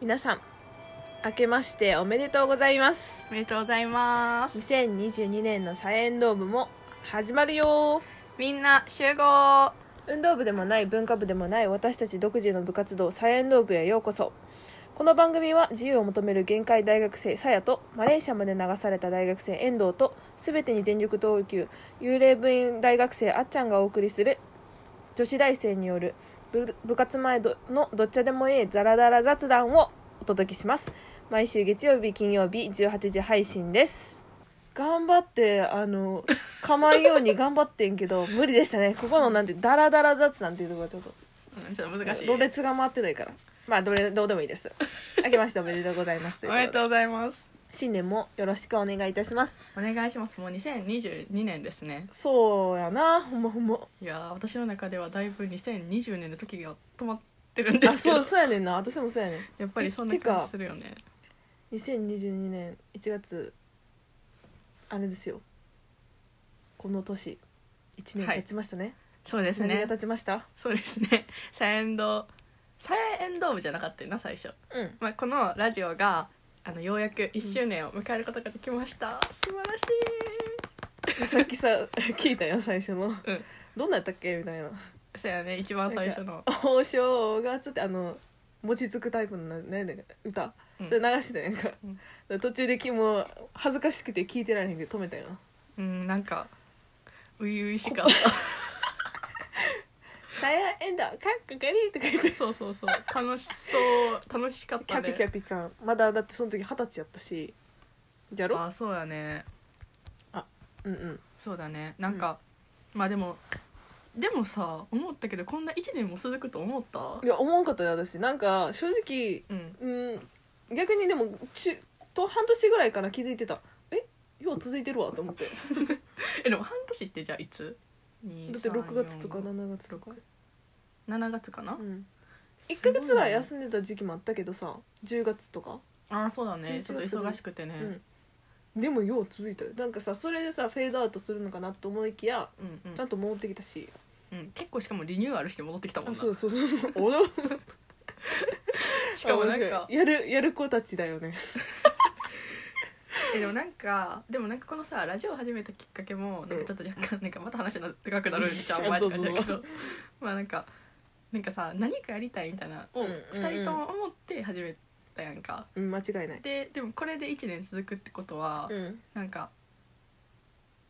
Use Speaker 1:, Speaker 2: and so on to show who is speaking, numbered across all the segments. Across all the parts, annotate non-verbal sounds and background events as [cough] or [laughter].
Speaker 1: 皆さん明けましておめでとうございます
Speaker 2: おめでとうございます
Speaker 1: 2022年のサイエンドー部も始まるよ
Speaker 2: みんな集合
Speaker 1: 運動部でもない文化部でもない私たち独自の部活動サイエンドー部へようこそこの番組は自由を求める限界大学生さやとマレーシアまで流された大学生遠藤と全てに全力投球幽霊部員大学生あっちゃんがお送りする女子大生による部部活前どのどっちでもいいザラダラ雑談をお届けします毎週月曜日金曜日18時配信です頑張ってあ
Speaker 2: [laughs]
Speaker 1: の構まんように頑張ってんけど無理でしたねここのなんてダラダラ雑談っていうところはちょっと
Speaker 2: うんちょっと難しい
Speaker 1: ろれつが回ってないからまあどれどうでもいいです
Speaker 2: [laughs]
Speaker 1: 明けましておめでとうございます
Speaker 2: おめでとう
Speaker 1: う
Speaker 2: ございます
Speaker 1: 新年もよろしくお願いいたします
Speaker 2: お願いしますもう2022年ですね
Speaker 1: そうやなほんまほんま
Speaker 2: いやー私の中ではだいぶ2020年の時が止まってるんで
Speaker 1: あ
Speaker 2: すけど
Speaker 1: そうそうやねんな私もそうやね
Speaker 2: やっぱりそんな
Speaker 1: てか
Speaker 2: 感じするよね
Speaker 1: ん2022年1月あれですよこの年1年
Speaker 2: はい
Speaker 1: 経ちましたね、
Speaker 2: そうです
Speaker 1: 何
Speaker 2: ね
Speaker 1: が経ちました
Speaker 2: そうですねサイエンドサイエンドームじゃなかったよな最初、
Speaker 1: うん
Speaker 2: まあ、このラジオがあのようやく1周年を迎えることができました素晴ら
Speaker 1: [laughs]
Speaker 2: し
Speaker 1: さっきさ聞いたよ最初の、
Speaker 2: ん
Speaker 1: どんなんやったっけみたいない
Speaker 2: そうやね一番最初の
Speaker 1: 「お正月」ってあの餅つくタイプのな何だか歌
Speaker 2: うん
Speaker 1: それ流してたやんか、
Speaker 2: うん
Speaker 1: だから途中できもう恥ずかしくて聞いてられへんけど止めたよな
Speaker 2: うんなんか初々しかった
Speaker 1: 「サイヤエンドカッコカリ」とか言って
Speaker 2: そうそうそう楽しそう楽しかっ
Speaker 1: キ
Speaker 2: た
Speaker 1: ャ
Speaker 2: ね
Speaker 1: ピキャピ感まだだってその時二十歳やったしやろ
Speaker 2: あそうだね
Speaker 1: うんうん
Speaker 2: そうだねなんか、まあでもでもさ思ったけどこんな1年も続くと思った
Speaker 1: いや思わんかったね私なんか正直
Speaker 2: うん
Speaker 1: うん逆にでも中と半年ぐらいから気づいてたえよう続いてるわと思って
Speaker 2: えでも半年ってじゃあいつ
Speaker 1: だって6月とか7月とか
Speaker 2: 7月かな、
Speaker 1: うん
Speaker 2: 一
Speaker 1: 1ヶ月ぐらい休んでた時期もあったけどさ10月とか、
Speaker 2: ああそうだね
Speaker 1: 11
Speaker 2: ちょっと忙しくてね、
Speaker 1: うん、でもよう続いたよなんかさそれでさフェードアウトするのかなと思いきや
Speaker 2: うんうん
Speaker 1: ちゃんと戻ってきたし、
Speaker 2: うん、結構しかもリニューアルして戻ってきたもん
Speaker 1: あ
Speaker 2: な
Speaker 1: そうそうそう
Speaker 2: [laughs]
Speaker 1: そうお [laughs] ど
Speaker 2: しかもなん
Speaker 1: 面白
Speaker 2: か
Speaker 1: いやるやる子たちだよね
Speaker 2: えでもなんかでもなんかこのさラジオを始めたきっかけもなんかちょっと若干なんかまた話が長くなるんじゃんお前って感じだけ
Speaker 1: どう
Speaker 2: どまあなんかなんかさ何かやりたいみたいなを
Speaker 1: うんうんうん
Speaker 2: 2人とも思って始めたやんか
Speaker 1: うん間違いない
Speaker 2: ででもこれで1年続くってことは
Speaker 1: うん
Speaker 2: なんか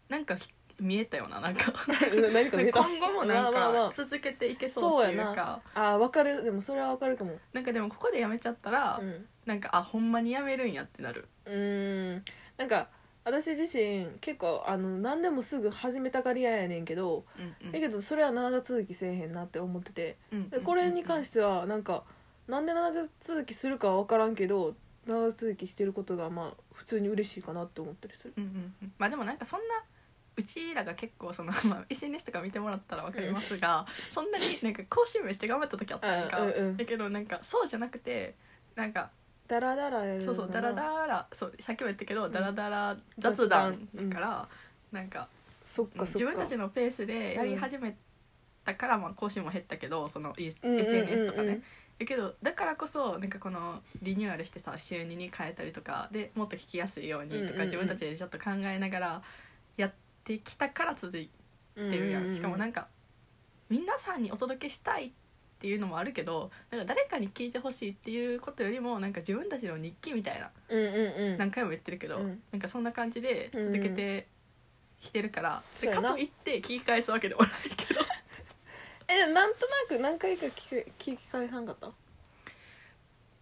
Speaker 2: なんかひ見えたよな [laughs] な
Speaker 1: [laughs]
Speaker 2: んか
Speaker 1: 何か
Speaker 2: なん
Speaker 1: 見え
Speaker 2: か
Speaker 1: た
Speaker 2: 今後もなん
Speaker 1: まあまあま
Speaker 2: か
Speaker 1: あ
Speaker 2: 続けていけそうっていう
Speaker 1: そうや
Speaker 2: か
Speaker 1: あ分かるでもそれは分かるかも
Speaker 2: なんかでもここでやめちゃったら
Speaker 1: うん
Speaker 2: なんかあほんまにやめるんやってなる
Speaker 1: うーんなんか私自身結構あの何でもすぐ始めたがり屋やねんけど、
Speaker 2: うんうん
Speaker 1: だけどそれは長続きせえへんなって思ってて
Speaker 2: うん
Speaker 1: でこれに関
Speaker 2: して
Speaker 1: してはなんかなんで長続きするかは分からんけど長続きしてることがまあ普通に嬉しいかなって思ったりする
Speaker 2: うんうんうんまあでもなんかそんなうちらが結構その、 [laughs] まあ、SNS とか見てもらったらわかりますが、そんなになんか更新めっちゃ頑張った時あったやんか、
Speaker 1: うんうん
Speaker 2: だけどなんかそうじゃなくてなんか
Speaker 1: ダラダラやるの
Speaker 2: そう
Speaker 1: が
Speaker 2: そうダラダラそうさっきも言ったけど、
Speaker 1: ん
Speaker 2: ダラダラ雑談だから、なんか
Speaker 1: そっかそっか
Speaker 2: 自分たちのペースでやり始めたから、まあ、更新も減ったけどそのい
Speaker 1: うんうんうんうん
Speaker 2: SNS とかね、だけどだからこそなんかこのリニューアルしてさ週2に変えたりとかでもっと聞きやすいよう
Speaker 1: うん
Speaker 2: に
Speaker 1: うん
Speaker 2: と
Speaker 1: うん
Speaker 2: か自分たちでちょっと考えながらやってきたから続いてるや
Speaker 1: うんうんん
Speaker 2: しかもなんか皆さんにお届けしたいっていうのもあるけどなんか誰かに聞いてほしいっていうことよりもなんか自分たちの日記みたいな
Speaker 1: うんうんうん
Speaker 2: 何回も言ってるけど、
Speaker 1: うん
Speaker 2: なんかそんな感じで続けてきてるから、
Speaker 1: そう
Speaker 2: で
Speaker 1: や
Speaker 2: か
Speaker 1: な
Speaker 2: といって聞き返すわけでもないけど
Speaker 1: えでもなんとなく何回か聞け聞き返さんかった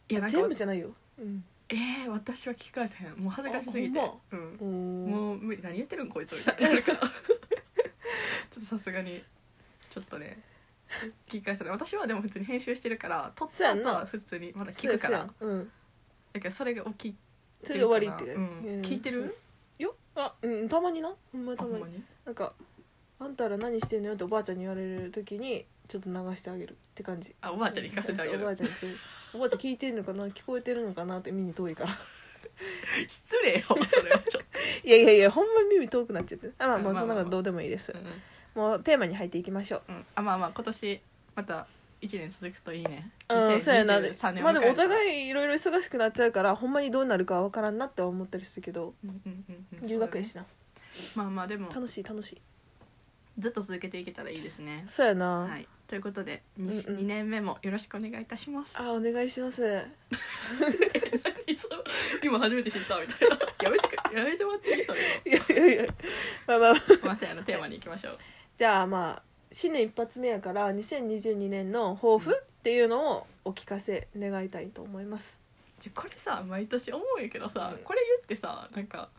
Speaker 2: いやなんか
Speaker 1: 全部じゃないようん
Speaker 2: えー、私は聞き返せへんもう恥ずかしすぎて、
Speaker 1: あほ
Speaker 2: うん、
Speaker 1: おー
Speaker 2: もう無理何言ってるんこいつみたいになるからちょっとさすがにちょっとね聞き返さない私はでも普通に編集してるから撮っ
Speaker 1: そうや
Speaker 2: た
Speaker 1: ん
Speaker 2: 後
Speaker 1: な
Speaker 2: は普通にまだ
Speaker 1: そ
Speaker 2: 聞
Speaker 1: うや
Speaker 2: くから
Speaker 1: そうやうん
Speaker 2: だけどそれが起き
Speaker 1: それで終わりって、
Speaker 2: うん聞いてる
Speaker 1: そうよあうんたまになほんまに
Speaker 2: た
Speaker 1: たま
Speaker 2: ま
Speaker 1: に
Speaker 2: に
Speaker 1: なんか「あんたら何してんのよ」っておばあちゃんに言われる時にちょっと流してあげるって感じ
Speaker 2: あおばあちゃんに聞かせてあげ
Speaker 1: そうおばあ
Speaker 2: る
Speaker 1: ちゃんに聞 [laughs] くおばあちゃん聞いてんのかな聞こえてるのかなって耳遠いから
Speaker 2: 失礼よそれはちょっ
Speaker 1: いやいやいやほんまに耳遠くなっちゃってあまあまあ
Speaker 2: まあま
Speaker 1: [laughs] そ
Speaker 2: あまあ
Speaker 1: んなことどうでもいいです
Speaker 2: と、うん
Speaker 1: もうテーマに入っていきましょう
Speaker 2: うんあまあまあ今年また1年続くといいね
Speaker 1: うん、そうやな
Speaker 2: 2023年
Speaker 1: まあでもお
Speaker 2: い、
Speaker 1: 互いいろいろ忙しくなっちゃうからほんまにどうなるかわからんなって思ったりするけど
Speaker 2: うんうんうんうん
Speaker 1: 留学やしな、
Speaker 2: まあまあでも
Speaker 1: 楽しい楽しい
Speaker 2: ずっと続けていけたらいいですね
Speaker 1: そうやな、
Speaker 2: はいということで 2,、
Speaker 1: うんうん
Speaker 2: 二年目もよろしくお願いいたします
Speaker 1: あお願いします
Speaker 2: [laughs] いつも今初めて知ったみたいなやめてくやめてもらっていいそれを
Speaker 1: いやいやいや [laughs] まあまあ
Speaker 2: まさやのテーマに行きましょう
Speaker 1: じゃあまあ新年一発目やから2022年の抱負っていうのをお聞かせ願いたいと思います
Speaker 2: じゃこれさ毎年思うんやけどさ、
Speaker 1: うん
Speaker 2: これ言ってさなんか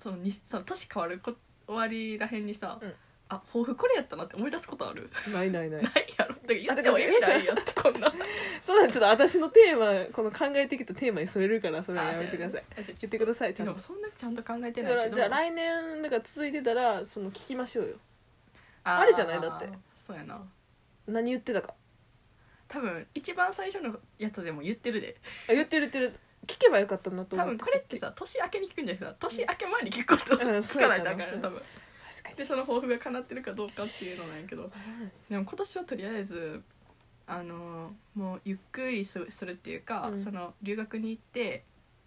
Speaker 2: そのにその年変わるこ終わりらへんにさ、
Speaker 1: うん
Speaker 2: あ抱負これやったなって思い出すことある [laughs]
Speaker 1: ないないな
Speaker 2: ないいやろって言っても意味ないやってこんな
Speaker 1: [laughs] そうなんちょっと私のテーマこの考えてきたテーマにそれるからそれはやめてください
Speaker 2: あじ
Speaker 1: 言
Speaker 2: ゃあちょっ
Speaker 1: ってくださいち
Speaker 2: と
Speaker 1: ゃ
Speaker 2: で
Speaker 1: ん
Speaker 2: も
Speaker 1: と
Speaker 2: そんなちゃんと考えて
Speaker 1: だか
Speaker 2: ない
Speaker 1: ら
Speaker 2: けど
Speaker 1: じゃあ来年なんか続いてたらその聞きましょうよ
Speaker 2: あー
Speaker 1: あれじゃないだって
Speaker 2: そうやな
Speaker 1: 何言ってたか
Speaker 2: 多分一番最初のやつでも言ってるで
Speaker 1: あ言ってる言ってる聞けばよかったなと
Speaker 2: 多
Speaker 1: 思
Speaker 2: 分
Speaker 1: って
Speaker 2: これってさ年明けに聞くんじゃなくてさ年明け前に聞くこ
Speaker 1: う
Speaker 2: と
Speaker 1: ん
Speaker 2: 聞かないとあかんよ
Speaker 1: そうやな
Speaker 2: 多分
Speaker 1: 確かに
Speaker 2: でその抱負が叶ってるかどうかっていうのなんやけどでも今年はとりあえずあのもうゆっくりすするっていうか、
Speaker 1: うん
Speaker 2: その留学に行って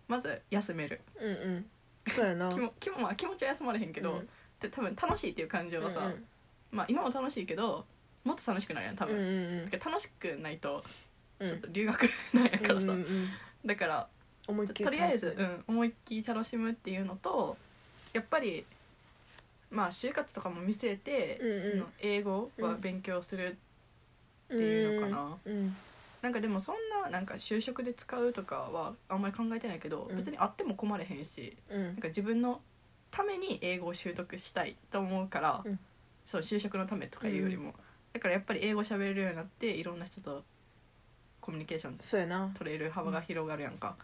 Speaker 2: まず休める
Speaker 1: うんうんそうやな
Speaker 2: 気も気も、まあ、気持ちは休まれへんけど、
Speaker 1: うん
Speaker 2: で多分楽しいっていう感情がさ、
Speaker 1: うん
Speaker 2: まあ、今も楽しいけどもっと楽しくなるやん多
Speaker 1: うん
Speaker 2: 分、
Speaker 1: うん
Speaker 2: だから楽しくないと
Speaker 1: うん
Speaker 2: ちょっと留学 [laughs] なんやからさ、
Speaker 1: うんうんうん
Speaker 2: だから
Speaker 1: 思いっきり
Speaker 2: とりあえず、う
Speaker 1: 楽し
Speaker 2: ん、思いっきり楽しむっていうのとやっぱりまあ就活とかも見据えて、
Speaker 1: うんうん
Speaker 2: その英語は勉強する、
Speaker 1: む
Speaker 2: っていうのかな
Speaker 1: うん
Speaker 2: なんかでもそんななんか就職で使うとかはあんまり考えてないけど、
Speaker 1: うん
Speaker 2: 別にあっても困れへんし
Speaker 1: うんうん
Speaker 2: なんか自分のために英語を習得したいと思うから、
Speaker 1: うん
Speaker 2: そう就職のためとかいうよりも、だからやっぱり英語喋れるようになっていろんな人とコミュニケーション
Speaker 1: そうやな
Speaker 2: 取れる幅が広がるやんか、っ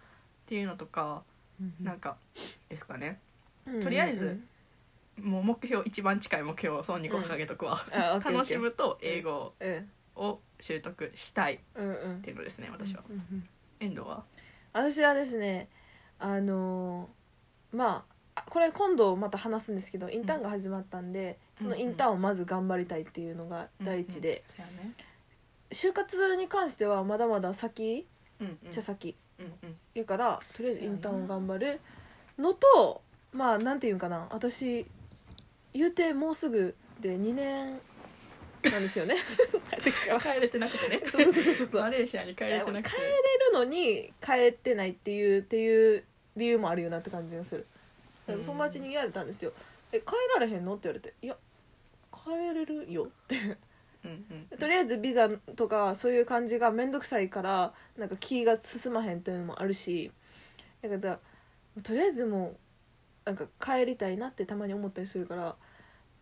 Speaker 2: ていうのとかなんかですかね。とりあえずもう目標一番近い目標をソンにこう掲げとくわ、
Speaker 1: うんあオッケー
Speaker 2: 楽しむと英語
Speaker 1: うんうん
Speaker 2: を習得したいっ
Speaker 1: うんうん
Speaker 2: ていうのですね私は
Speaker 1: うんうん
Speaker 2: 遠藤は
Speaker 1: 私はですねあのーまああこれ今度また話すんですけどインターンが始まったんで、
Speaker 2: うん
Speaker 1: そのインターンをまず頑張りたいっていうのが第一で、
Speaker 2: うんうん
Speaker 1: 就活に関してはまだまだ先
Speaker 2: そうやねうんうん
Speaker 1: じゃ先
Speaker 2: うんうん
Speaker 1: やからとりあえず
Speaker 2: そ
Speaker 1: イ
Speaker 2: うやな
Speaker 1: ンターンを頑張るのとまあなんていうんかな私言うてもうすぐで2年なんです [laughs] よね帰ってきてから
Speaker 2: 帰れてなくてね
Speaker 1: [laughs] そうそうそうそう
Speaker 2: マレーシアに帰れてなくて
Speaker 1: 帰れるのに帰ってないっていうっていう理由もあるよなって感じがするだから友達に言われたんですよ「え帰られへんの?」って言われて「いや帰れるよ」って
Speaker 2: うんうん
Speaker 1: とりあえずビザとかそういう感じが面倒くさいからなんか気が進まへんっていうのもあるしだからとりあえずもうなんか帰りたいなってたまに思ったりするから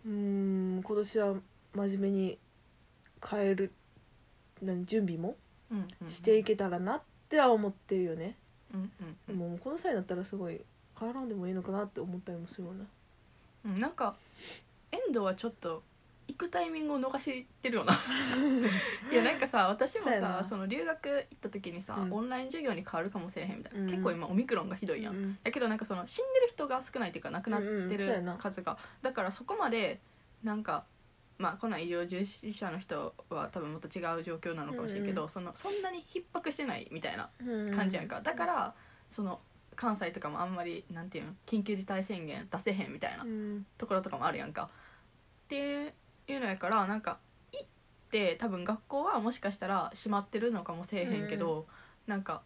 Speaker 1: うーん今年は真面目に帰る何準備も
Speaker 2: うんうん
Speaker 1: していけたらなっては思ってるよね、
Speaker 2: うんうんうん
Speaker 1: もうこの際になったらすごい帰らんでもいいのかなって思ったりもするよな
Speaker 2: うんなんか遠藤はちょっと行くタイミングを逃してる
Speaker 1: [laughs]
Speaker 2: よないやなんかさ私も
Speaker 1: そうや
Speaker 2: さ
Speaker 1: な
Speaker 2: その留学行った時にさ、
Speaker 1: うん
Speaker 2: オンライン授業に変わるかもしれへんみたいな、
Speaker 1: うん
Speaker 2: 結構今オミクロンがひどいやん、
Speaker 1: うん
Speaker 2: だけどなんかその死んでる人が少ないっていうか亡くなって
Speaker 1: うんうんそうや
Speaker 2: る
Speaker 1: な
Speaker 2: 数が、だからそこまでなんかまあこんなん医療従事者の人は多分もっと違う状況なのかもしれんけど、
Speaker 1: うん
Speaker 2: そのそんなに逼迫してないみたいな
Speaker 1: うん
Speaker 2: 感じやんか、だからその関西とかもあんまりなんていうの緊急事態宣言出せへんみたいな
Speaker 1: うん
Speaker 2: ところとかもあるやんか。っていうのやからなんか行って多分学校はもしかしたら閉まってるのかもせえへんけど、なんか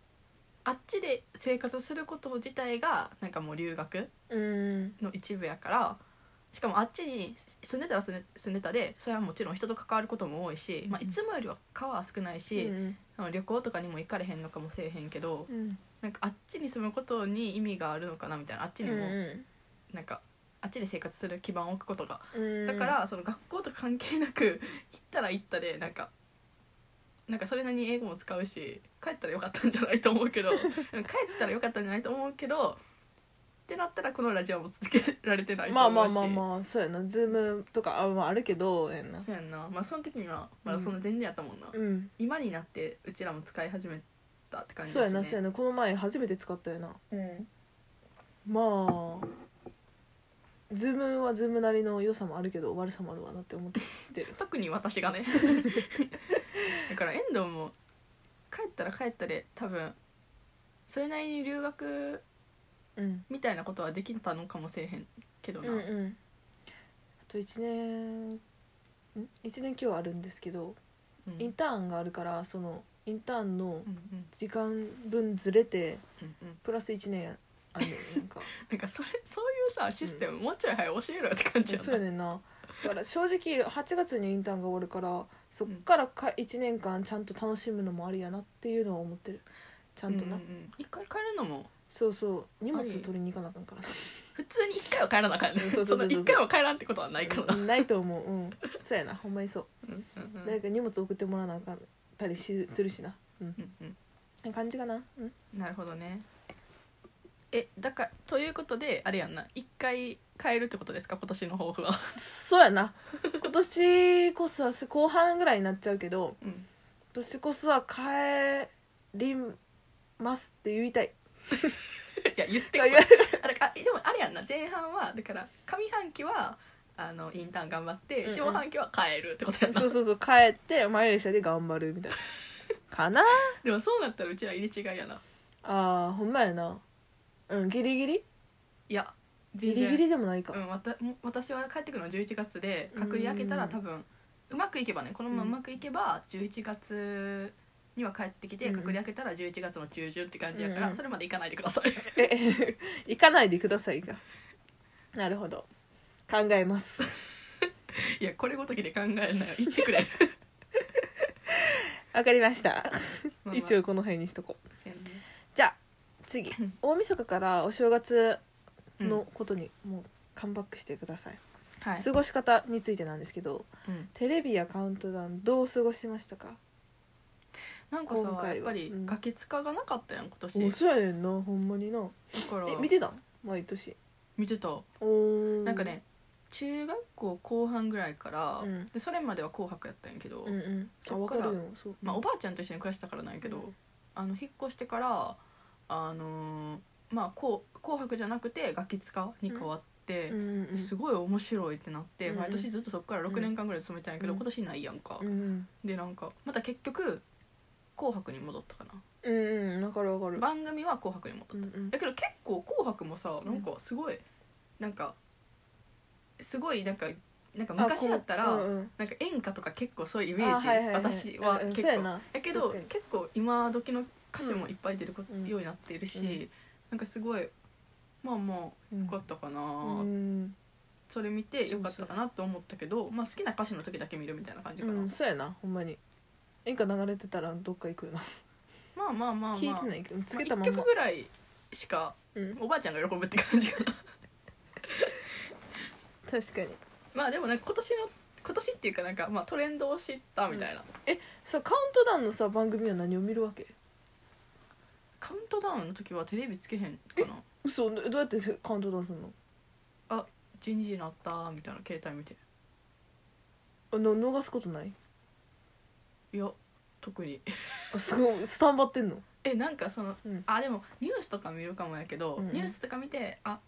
Speaker 2: あっちで生活すること自体がなんかもう留学
Speaker 1: うん
Speaker 2: の一部やからしかもあっちに住んでたら住んで住んでたでそれはもちろん人と関わることも多いし、まあ、いつもよりは川は少ないし、
Speaker 1: うん
Speaker 2: あの旅行とかにも行かれへんのかもせえへんけど
Speaker 1: うん
Speaker 2: なんかあっちに住むことに意味があるのかなみたいなあっちにもなんかあっちで生活する基盤を置くことが
Speaker 1: うん
Speaker 2: だからその学校と関係なく [laughs] 行ったら行ったでなんかなんかそれなりに英語も使うし帰ったらよかったんじゃないと思
Speaker 1: [laughs]
Speaker 2: うけどうん帰ったらよかったんじゃないと思うけどってなったらこのラジオも続けられてないと
Speaker 1: まあ
Speaker 2: 思
Speaker 1: ま
Speaker 2: う
Speaker 1: あ
Speaker 2: し
Speaker 1: まあまあそうやなズームとかあ,、まあ、あるけどやんな
Speaker 2: そうやんなまあその時にはまだそんな全然やったもんな、
Speaker 1: うん
Speaker 2: 今になってうちらも使い始めたって感じ
Speaker 1: そう
Speaker 2: で
Speaker 1: や
Speaker 2: すね
Speaker 1: なそうやなこの前初めて使ったよな
Speaker 2: うん
Speaker 1: まあズームはズーム
Speaker 2: [laughs]
Speaker 1: [laughs] なりの良さもあるけど悪さもあるわなって思ってる
Speaker 2: 特に私がねだから遠藤も帰ったら帰ったで多分それなりに留学
Speaker 1: うん
Speaker 2: みたいなことはできたのかもせえへんけど
Speaker 1: うん
Speaker 2: な、
Speaker 1: うんあと1年ん1年今日あるんですけど
Speaker 2: うん
Speaker 1: インターンがあるからそのインターンの
Speaker 2: うんうん
Speaker 1: 時間分ずれて
Speaker 2: うんうん
Speaker 1: プラス1年あんねんなんか
Speaker 2: なんかそれそういうさシステム、もうちょい早く教えろよって [laughs] 感じやな
Speaker 1: そうやねんなだから正直8月にインターンが終わるからそっからか1年間ちゃんと楽しむのもありやなっていうのは思ってるちゃんとな、
Speaker 2: うんうんうん一回帰るのも
Speaker 1: そうそう荷物取りに行かなあかんから
Speaker 2: 普通に一回は帰らなあかんね
Speaker 1: うんそうそ
Speaker 2: そう
Speaker 1: そうそ
Speaker 2: の
Speaker 1: う
Speaker 2: 一回は帰らんってことはないからな、
Speaker 1: うん [laughs] ないと思ううんそうやなほんまにそう
Speaker 2: うんうんうん
Speaker 1: 誰か荷物送ってもらわなあかんたりしするしなうん
Speaker 2: うんうん
Speaker 1: な感じかなうん
Speaker 2: なるほどねえだからということであれやんな一回変えるってことですか今年の抱
Speaker 1: [laughs]
Speaker 2: 負は、
Speaker 1: そうやな今年こそは後半ぐらいになっちゃうけど
Speaker 2: うん、
Speaker 1: 今年こそは帰りますって言いたい
Speaker 2: いや言って
Speaker 1: いや
Speaker 2: こい
Speaker 1: いや
Speaker 2: あだからあでもあれやんな前半はだから上半期はあのインターン頑張っ
Speaker 1: う
Speaker 2: て
Speaker 1: んうん
Speaker 2: 下半期は帰るってことやんな、
Speaker 1: そうそうそう帰って前列車で頑張るみたいなかな
Speaker 2: でもそうなったらうちら入れ違いやな
Speaker 1: あーほんまやなうんギリギリ
Speaker 2: いや
Speaker 1: ギ
Speaker 2: 全然
Speaker 1: リギリでもないか、
Speaker 2: うん、わたも私は帰ってくるのは11月で隔離明けた
Speaker 1: う
Speaker 2: ら
Speaker 1: ん
Speaker 2: 多分うまくいけばねこのま
Speaker 1: うん
Speaker 2: まうまくいけば11月には帰ってきて
Speaker 1: うん
Speaker 2: 隔離明けたら11月の中旬って感じやから、
Speaker 1: うん
Speaker 2: それまで行かないでください [laughs]
Speaker 1: え [laughs] 行かないでくださいがなるほど考えます
Speaker 2: いやこれごときで考えな
Speaker 1: [laughs]
Speaker 2: い行ってくれ
Speaker 1: わかりました
Speaker 2: まあまあ
Speaker 1: 一応この辺にしとこう
Speaker 2: せんね
Speaker 1: じゃあ次大晦日からお正月
Speaker 2: うん
Speaker 1: のことにもうカムバックしてください、
Speaker 2: はい、
Speaker 1: 過ごし方についてなんですけど
Speaker 2: うん
Speaker 1: テレビやカウントダウンどう過ごしましたか
Speaker 2: なんか
Speaker 1: 今回
Speaker 2: さ
Speaker 1: は
Speaker 2: やっぱり
Speaker 1: うん
Speaker 2: ガキ使がなかったやん今年、
Speaker 1: お
Speaker 2: だ
Speaker 1: そうやねんなほんまにな
Speaker 2: から
Speaker 1: え見てたん毎年
Speaker 2: 見てた
Speaker 1: おー
Speaker 2: なんかね中学校後半ぐらいから、
Speaker 1: うん
Speaker 2: でそれまでは「紅白」やったんやけど、
Speaker 1: うんうんあ
Speaker 2: そ
Speaker 1: 分
Speaker 2: っ
Speaker 1: か
Speaker 2: から
Speaker 1: るよそう
Speaker 2: まあ、おばあちゃんと一緒に暮らしてたからなんやけど、
Speaker 1: うん
Speaker 2: あの引っ越してからあのーまあこう紅白じゃなくてガキ使に変わって、
Speaker 1: うんうんうん
Speaker 2: ですごい面白いってなって、
Speaker 1: うんうん
Speaker 2: 毎年ずっとそこから6年間ぐらい勤めてたんやけど、
Speaker 1: うん
Speaker 2: 今年ないやんか、
Speaker 1: うんうん
Speaker 2: でなんかまた結局紅白に戻ったかな
Speaker 1: うんうん分かる分かる
Speaker 2: 番組は紅白に戻った
Speaker 1: うんうん
Speaker 2: だけど結構「紅白」もさなんかすごいなんかすごいなんかなんか昔だった
Speaker 1: あ
Speaker 2: ら、
Speaker 1: こううんうん
Speaker 2: なんか演歌とか結構そういうイメー
Speaker 1: あ
Speaker 2: ジ、
Speaker 1: はいはいい
Speaker 2: 私は
Speaker 1: うんうん
Speaker 2: 結
Speaker 1: そうや
Speaker 2: 構
Speaker 1: な
Speaker 2: やけど
Speaker 1: 確かに
Speaker 2: 結構今時の歌手もいっぱい出るこ
Speaker 1: うん
Speaker 2: ようになっているし、
Speaker 1: うん
Speaker 2: なんかすごいまあまあよ
Speaker 1: うん
Speaker 2: かったかな、
Speaker 1: うん
Speaker 2: それ見てよかったかなと思ったけど、まあ、好きな歌手の時だけ見るみたいな感じか
Speaker 1: う
Speaker 2: な、
Speaker 1: んそうやなほんまに演歌流れてたらどっか行くよな
Speaker 2: まあまあまあまあ
Speaker 1: 聞いてないけどつけた
Speaker 2: ま
Speaker 1: ま
Speaker 2: あ
Speaker 1: んま
Speaker 2: 一曲ぐらいしか
Speaker 1: うん
Speaker 2: おばあちゃんが喜ぶって感じかな [laughs]
Speaker 1: 確かに
Speaker 2: まあでもなんか今年の今年っていうかなんか、まあ、トレンドを知ったみたいな、
Speaker 1: さカウントダウンのさ番組は何を見るわけ
Speaker 2: カウントダウンの時はテレビつけへんかな
Speaker 1: 嘘どどうやってカウントダウンするの
Speaker 2: 12時になったみたいな携帯見て
Speaker 1: あの逃すことない
Speaker 2: いや特に
Speaker 1: あすごいスタンバってんの
Speaker 2: えなんかその、
Speaker 1: うん
Speaker 2: あでもニュースとか見るかもやけど、
Speaker 1: うんうん
Speaker 2: ニュースとか見てあ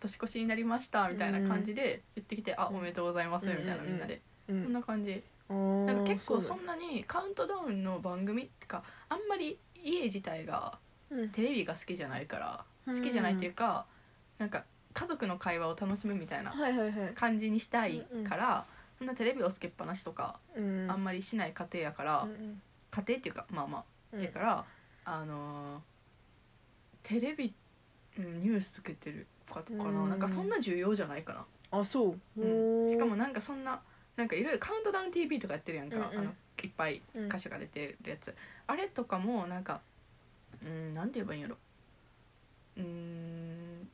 Speaker 2: 年越しになりましたみたいな感じで言ってきて、あおめでとうございますみたいな、
Speaker 1: うんうんうん
Speaker 2: みんなで
Speaker 1: う
Speaker 2: そん
Speaker 1: ん
Speaker 2: な感じ
Speaker 1: あ
Speaker 2: なん
Speaker 1: ー
Speaker 2: か結構
Speaker 1: そ
Speaker 2: そ
Speaker 1: うん
Speaker 2: なにカウントダウンの番組ってかあんまり家自体が
Speaker 1: だうん
Speaker 2: テレビが好きじゃないから
Speaker 1: うん
Speaker 2: 好きじゃないっていうか、なんか家族の会話を楽しむみたいな
Speaker 1: はいはいはい
Speaker 2: 感じにしたいから、そんなテレビをつけっぱなしとか、
Speaker 1: うん
Speaker 2: あんまりしない家庭やから、
Speaker 1: うん
Speaker 2: 家庭っていうかまあまあ
Speaker 1: うん
Speaker 2: だから、あのーテレビ、うん、ニュースつけてるかとかな、
Speaker 1: うん
Speaker 2: なんかそんな重要じゃないか
Speaker 1: あそう
Speaker 2: な、うん
Speaker 1: おー
Speaker 2: しかもなんかそんななんかいろいろ「カウントダウン TV」とかやってるやんか、
Speaker 1: うんうん
Speaker 2: あのいっぱい
Speaker 1: うん
Speaker 2: 歌手が出てるやつ、あれとかもなんかうんなんて言えばいいんやろうん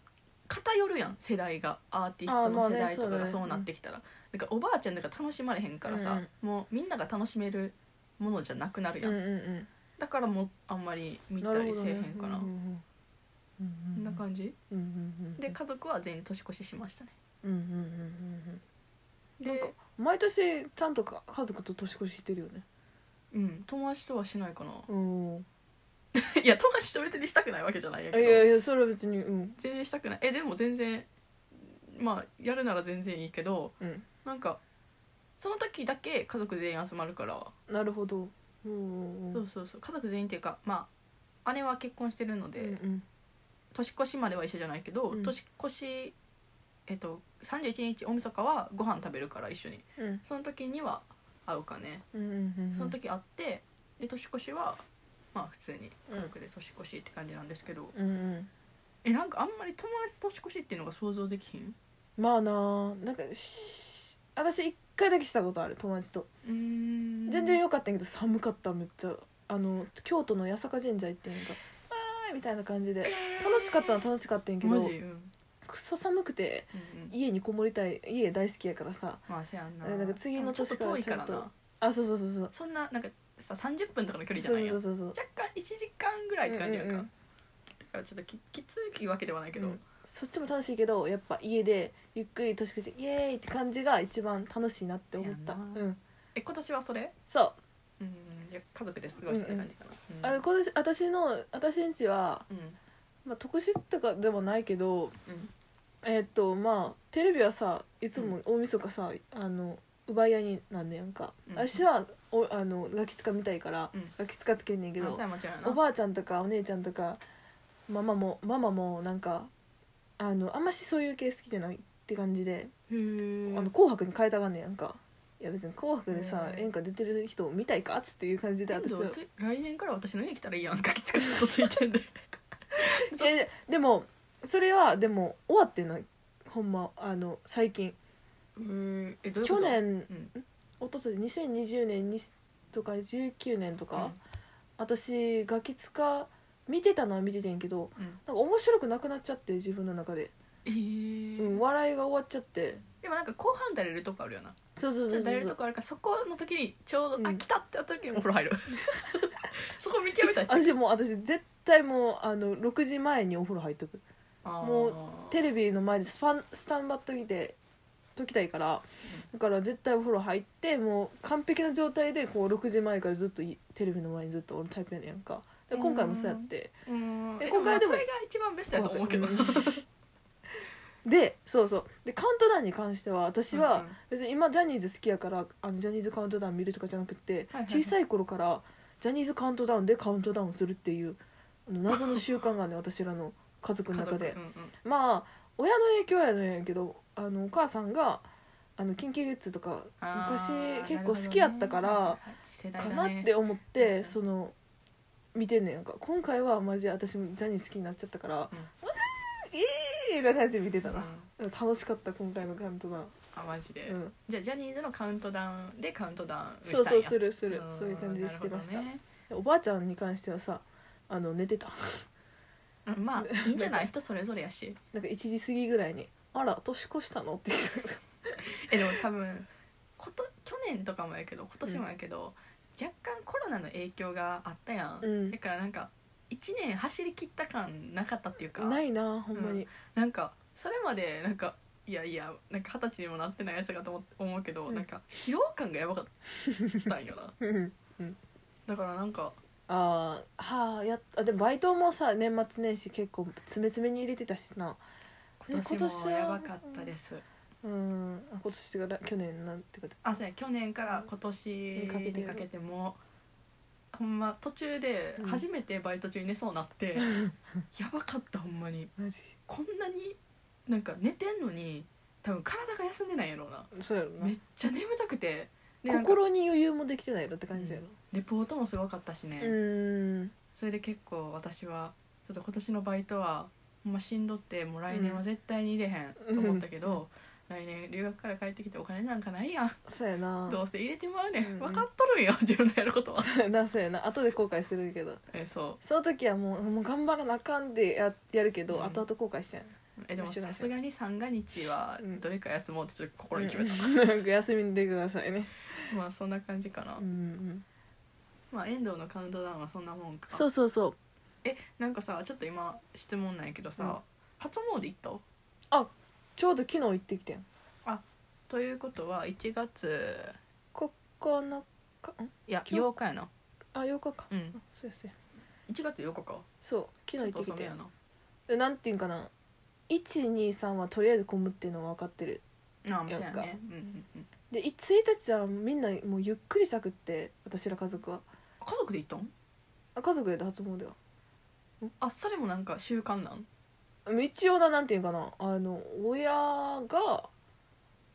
Speaker 2: 偏るやん世代がアーティストの
Speaker 1: あーまあね
Speaker 2: 世代とかが
Speaker 1: そうだね
Speaker 2: そうなってきたら、なんかおばあちゃんとか楽しまれへんからさ、
Speaker 1: うん
Speaker 2: もうみんなが楽しめるものじゃなくなるや
Speaker 1: うんんうん
Speaker 2: だからもうあんまり
Speaker 1: う
Speaker 2: 見
Speaker 1: ん
Speaker 2: たりせえへんか
Speaker 1: る
Speaker 2: な
Speaker 1: ほどねうんうんうん
Speaker 2: こんな感じ
Speaker 1: うんうんうん
Speaker 2: で家族は全員年越ししましたね
Speaker 1: うんうんうんうんうん
Speaker 2: で
Speaker 1: なんか毎年ちゃんとか家族と年越ししてるよね
Speaker 2: うん友達とはしない
Speaker 1: [laughs]
Speaker 2: かな
Speaker 1: うん
Speaker 2: いや友達と別にしたくないわけじゃないんや
Speaker 1: いや
Speaker 2: けど
Speaker 1: いやそれは別にうん
Speaker 2: 全然したくないえでも全然まあやるなら全然いいけど
Speaker 1: うん
Speaker 2: なんかその時だけ家族全員集まるから
Speaker 1: なるほどうんうんうん
Speaker 2: そうそうそう家族全員っていうかまあ姉は結婚してるので、
Speaker 1: うん
Speaker 2: 年越しまでは一緒じゃないけど、
Speaker 1: うん
Speaker 2: 年越しえっと31日大晦日はご飯食べるから一緒に
Speaker 1: うんうん
Speaker 2: その時には会うかね、
Speaker 1: うんうんうん
Speaker 2: その時会ってで年越しはまあ普通に家族で年越しって感じなんですけど、
Speaker 1: うんうん
Speaker 2: えなんかあんまり友達と年越しっていうのが想像できひん
Speaker 1: まあなあなんかし私一回だけしたことある友達と
Speaker 2: うーん
Speaker 1: 全然よかったんやけど寒かっためっちゃあの京都の八坂神社行ってんやんかあーみたいな感じで楽しかったのは楽しかったんやけ
Speaker 2: マジ
Speaker 1: ど
Speaker 2: うん、うん
Speaker 1: クソ寒くて
Speaker 2: うん、
Speaker 1: 家にこもりたい家大好きやからさ
Speaker 2: まあせやんな
Speaker 1: えなんか次の
Speaker 2: しか
Speaker 1: 年
Speaker 2: もちょっと遠いか
Speaker 1: ちゃ
Speaker 2: ら
Speaker 1: ん
Speaker 2: な
Speaker 1: とあそうそうそうそう
Speaker 2: そんななんかさ30分とかの距離じゃ
Speaker 1: そう
Speaker 2: ないよ
Speaker 1: そうそうそう
Speaker 2: 若干1時間ぐらいって感じやんか、
Speaker 1: うんうんうん
Speaker 2: だからちょっとききついわけではないけど、
Speaker 1: うんそっちも楽しいけどやっぱ家でゆっくり年越しイエーイって感じが一番楽しいなって思ったう
Speaker 2: やんなんえ今年はそれ
Speaker 1: そう
Speaker 2: うんじゃあ家族で過ごしたって感じかな、うん
Speaker 1: あの今年私の私んちは、
Speaker 2: うん
Speaker 1: まあ、特殊とかでもないけど
Speaker 2: うん
Speaker 1: えーっとまあテレビはさいつも大晦日さ、あの奪い合いになんねやんか、
Speaker 2: うん
Speaker 1: 私はおあのガキ使見たいから、
Speaker 2: うん
Speaker 1: ガキ使つけんねんけ
Speaker 2: あ
Speaker 1: ど
Speaker 2: そうや間違いないな
Speaker 1: おばあちゃんとかお姉ちゃんとかママもママもなんかあのあんましそういう系好きじゃないって感じで「
Speaker 2: へー
Speaker 1: あの紅白」に変えたがんねやんか。いや別に「紅白」でさ
Speaker 2: へー
Speaker 1: 演歌出てる人見たいかっつっていう感じで
Speaker 2: 遠
Speaker 1: 私は
Speaker 2: 藤つい来年から私の家来たらいいやんかきつかったとつい [laughs] てんで
Speaker 1: いやいやでもそれはでも終わってないほんまあの最近
Speaker 2: うんえどういうこ
Speaker 1: 去
Speaker 2: と
Speaker 1: 年
Speaker 2: うん
Speaker 1: おととし2020年にとか19年とか、私ガキツカ見てたのは見ててんけど
Speaker 2: うん
Speaker 1: なんか面白くなくなっちゃって自分の中で、
Speaker 2: えー
Speaker 1: うん、笑いが終わっちゃって
Speaker 2: でもなんか後半だれるとこあるよな
Speaker 1: そうそうそう
Speaker 2: だ
Speaker 1: そ
Speaker 2: れ
Speaker 1: う
Speaker 2: る
Speaker 1: そ
Speaker 2: と
Speaker 1: う
Speaker 2: こあるからそこの時にちょうど、
Speaker 1: う
Speaker 2: あ
Speaker 1: ん
Speaker 2: 来たってなった時にお風呂
Speaker 1: [laughs]
Speaker 2: 入るそこ見極めた人
Speaker 1: 私もう私絶対もうあの6時前にお風呂入っとくもうテ
Speaker 2: ビ
Speaker 1: レビの前でスパンスタンバっときてときたいからだから絶対お風呂入ってもう完璧な状態でこう6時前からずっといテレビの前にずっとおるタイプやねんかで今回もそうやって
Speaker 2: うん
Speaker 1: え
Speaker 2: え
Speaker 1: 今
Speaker 2: 今
Speaker 1: 回で
Speaker 2: 回で
Speaker 1: も
Speaker 2: もそれが一番ベストやと思うけど
Speaker 1: うんでそうそうでカウントダウンに関しては私は別に今ジャニーズ好きやからあのジャニーズカウントダウン見るとかじゃなくて
Speaker 2: はいはいはい
Speaker 1: 小さい頃からジャニーズカウントダウンでカウントダウンするっていうあの謎の習慣がね私らの家族の中で
Speaker 2: うんうん
Speaker 1: まあ親の影響やねんけどあのお母さんがあの KinKiKids とか
Speaker 2: あー
Speaker 1: 昔結構好きやったから
Speaker 2: なるほどねはいはい世
Speaker 1: か
Speaker 2: 代だ
Speaker 1: な
Speaker 2: ね
Speaker 1: って思って、
Speaker 2: うん
Speaker 1: その見てんねんなんか今回はマジ私もジャニー好きになっちゃったから、うわーえーな感じで見てたな、でも楽しかった今回のカウントダウン、
Speaker 2: あマジで、
Speaker 1: うん、
Speaker 2: じゃあジャニーズのカウントダウンでカウントダウンした
Speaker 1: そう
Speaker 2: んや
Speaker 1: そうするす
Speaker 2: す
Speaker 1: るそういう感じでしてました、
Speaker 2: ね、
Speaker 1: でおばあちゃんに関してはさあの寝てた
Speaker 2: うんま [laughs] あいいんじゃない人それぞれやし
Speaker 1: なんか1時過ぎぐらいに「あら年越したの?」って言って
Speaker 2: [laughs] えでも多分こと去年とかもやけど今年もやけど、若干コロナの影響があったやん、
Speaker 1: うん
Speaker 2: だからなんか1年走り切った感なかったっていうか
Speaker 1: ないなほんまに、
Speaker 2: なんかそれまでなんかいやいやなんか二十歳にもなってないやつがと思思うけど、
Speaker 1: うん
Speaker 2: なんか疲労感がやばかったんよ [laughs] な
Speaker 1: うん、
Speaker 2: だからなんか
Speaker 1: あーはあやっあでもバイトもさ年末年始結構詰め詰めに入れてたしな
Speaker 2: 今
Speaker 1: え今
Speaker 2: 年
Speaker 1: 年は
Speaker 2: もやばかったです、
Speaker 1: うんあ今年ってか去年なんてか
Speaker 2: あそうや去年から今年に
Speaker 1: かけて
Speaker 2: かけてもほんま途中で
Speaker 1: うん
Speaker 2: 初めてバイト中に寝そうなって、
Speaker 1: [laughs]
Speaker 2: やばかったほんまに
Speaker 1: マジ
Speaker 2: こんなになんか寝てんのに多分体が休んでないやろうな
Speaker 1: そうやろな
Speaker 2: めっちゃ眠たくてでなんか
Speaker 1: 心に余裕もできてないだって感じやろ
Speaker 2: レポートもすごかったしね、
Speaker 1: うん
Speaker 2: それで結構私はちょっと今年のバイトはほんましんどってもう来年は絶対に入れへんと思ったけど、来年留学から帰ってきてお金なんかないやん
Speaker 1: そうやな
Speaker 2: どうせ入れてまうね
Speaker 1: うんうん
Speaker 2: ん分かっとるんよ自分のやることは
Speaker 1: そうや [laughs] なそうやな後で後悔するけど
Speaker 2: えそ
Speaker 1: その時はもうもう頑張らなあかんでややるけど、
Speaker 2: うん
Speaker 1: 後々後悔しちゃう
Speaker 2: うえでも
Speaker 1: 一緒だね
Speaker 2: さすがに三が日はどれか休もうってちょっと心に決めた、
Speaker 1: うん [laughs] 休みに出てくださいね
Speaker 2: [laughs] まあそんな感じかな、
Speaker 1: うんうん
Speaker 2: まあ遠藤のカウントダウンはそんなもんか
Speaker 1: そうそうそう
Speaker 2: えなんかさちょっと今質問なんやけどさ、
Speaker 1: うん
Speaker 2: 初詣行った
Speaker 1: ちょうど昨日行ってきてん
Speaker 2: ということは1月
Speaker 1: ここのかん
Speaker 2: いや
Speaker 1: 今日
Speaker 2: 8日やな
Speaker 1: あ8日か、
Speaker 2: うん
Speaker 1: あそうやそうや
Speaker 2: 1月8日か
Speaker 1: そう昨日行ってき
Speaker 2: 遅め
Speaker 1: て
Speaker 2: やな
Speaker 1: でなんていうんかな123はとりあえず混むっていうのは分かってる
Speaker 2: ああもうそう
Speaker 1: な
Speaker 2: や
Speaker 1: んか
Speaker 2: ねうんうんうん
Speaker 1: でい1日はみんなもうゆっくりしたくって私ら家族は
Speaker 2: 家族で行ったん
Speaker 1: あ家族で初詣は
Speaker 2: あそれもなんか習慣なん
Speaker 1: 一応ななんていうかなあの親が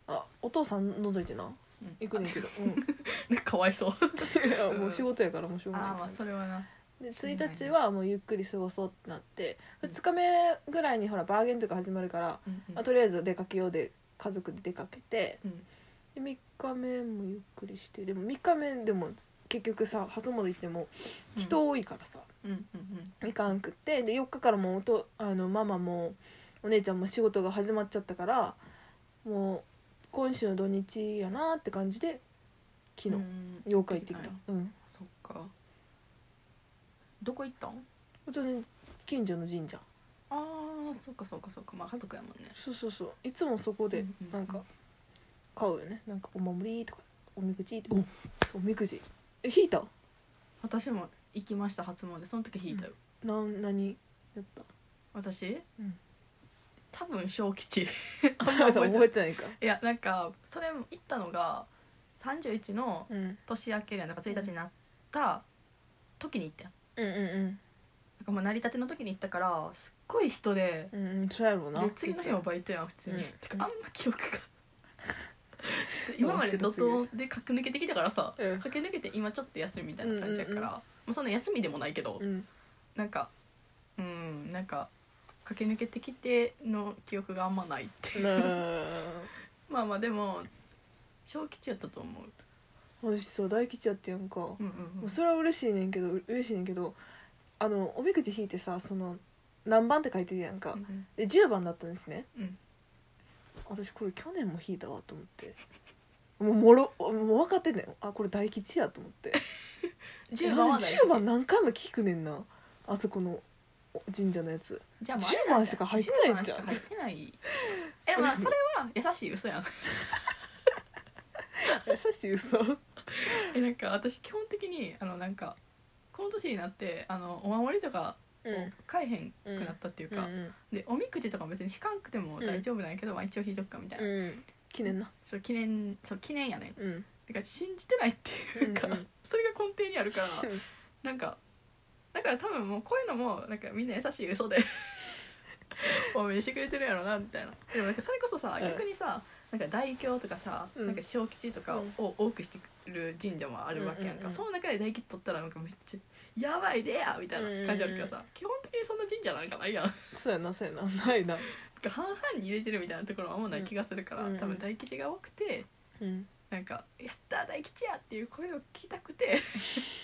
Speaker 1: あお父さん覗いてな
Speaker 2: うん
Speaker 1: 行く
Speaker 2: [laughs]
Speaker 1: ねんけど、うん
Speaker 2: あかわいそう
Speaker 1: いやもう仕事やからもうしょう
Speaker 2: あ
Speaker 1: がない
Speaker 2: ーまあそれはな
Speaker 1: で
Speaker 2: しょうがない
Speaker 1: 1日はもうゆっくり過ごそうってなって2日目ぐらいにほらバーゲンとか始まるから、
Speaker 2: うんうん
Speaker 1: まあ、とりあえず出かけようで家族で出かけて
Speaker 2: うん
Speaker 1: で3日目もゆっくりしてでも3日目でも結局さ初詣行っても人多いからさ、
Speaker 2: うんうんうん
Speaker 1: いかんくってで4日からもうおとあのママもお姉ちゃんも仕事が始まっちゃったからもう今週の土日やなって感じで昨日、
Speaker 2: うん
Speaker 1: 8日行ってきた
Speaker 2: はい、
Speaker 1: うん
Speaker 2: そっかどこ行ったん
Speaker 1: ちょっとね近所の神社
Speaker 2: ああそっかそっかそっかまあ家族やもんね
Speaker 1: そうそうそういつもそこ
Speaker 2: う
Speaker 1: で
Speaker 2: んうんうん
Speaker 1: なんか買うよねなんかお守りとかおみくじとかおおみくじえ引いた
Speaker 2: 私も行きました初詣その時引いたよ、
Speaker 1: なん何やった
Speaker 2: 私、
Speaker 1: うん
Speaker 2: 多分小吉 [laughs] あんま覚えてない
Speaker 1: 覚えてないか
Speaker 2: いやなんかそれも行ったのが31の
Speaker 1: うん
Speaker 2: 年明けるやんなんか1日になった時に行ったやん
Speaker 1: うんうん
Speaker 2: なんかまあ成り立ての時に行ったからすっごい人で
Speaker 1: うんうんうんそうやろうな
Speaker 2: で次の日もバイトやん普通に、
Speaker 1: うん
Speaker 2: てかあんま記 [laughs] 憶がちょっと今まで怒涛で駆け抜けてきたからさ、
Speaker 1: うん
Speaker 2: 駆け抜けて今ちょっと休みみたいな感じやから、
Speaker 1: うんうんうん
Speaker 2: もうそんな休みでもないけど、
Speaker 1: うん
Speaker 2: なんかうんなんか駆け抜けてきての記憶があんまないっていう
Speaker 1: なあ
Speaker 2: [laughs] まあまあでも小吉やったと思う
Speaker 1: 私さ大吉やってやんかも
Speaker 2: うんうんうん
Speaker 1: うそれは嬉しいねんけどう嬉しいねんけどあのおみくじ引いてさその何番って書いてるやんか
Speaker 2: うんうん
Speaker 1: で10番だったんですね
Speaker 2: うん
Speaker 1: 私これ去年も引いたわと思ってもうもろもう分かってんだよあこれ大吉やと思って
Speaker 2: 10番は
Speaker 1: 私
Speaker 2: ない
Speaker 1: 10番何回も聞くねんなあそこの神社のやつ
Speaker 2: じゃあもう
Speaker 1: 10番しか入ってないんちゃう
Speaker 2: 10番しか入ってないえまあそれは優しい嘘やん [laughs]
Speaker 1: 優しい嘘
Speaker 2: えなんか私基本的にあのなんかこの年になってあのお守りとかを買えへんくなったっていうか、でおみくじとかも別に引かんくても大丈夫なんやけど、まあ一応引いとくかみたいな、
Speaker 1: うん記念な
Speaker 2: そう記念そう記念やねん
Speaker 1: うん
Speaker 2: だから信じてないっていうか、
Speaker 1: うんうん
Speaker 2: それが根底にあ
Speaker 1: [laughs]
Speaker 2: るからなんかだから多分もうこういうのもなんかみんな優しい嘘で [laughs] 多めにしてくれてるやろなみたいなでもなんかそれこそさ、
Speaker 1: うん
Speaker 2: 逆にさなんか大凶とかさ、
Speaker 1: うん
Speaker 2: なんか小吉とかを多くしてくる神社もあるわけやんか、
Speaker 1: うんうんうん
Speaker 2: その中で大吉取ったらなんかめっちゃ「やばいレア!」みたいな感じあるけどさ、基本的にそんな神社なんかないやんなん
Speaker 1: そうやなそうやなないな
Speaker 2: か半々に入れてるみたいなところはあんまない気がするから、
Speaker 1: うんうん
Speaker 2: 多分大吉が多くて
Speaker 1: うん
Speaker 2: なんか「やったー大吉や!」っていう声を聞きたくて [laughs]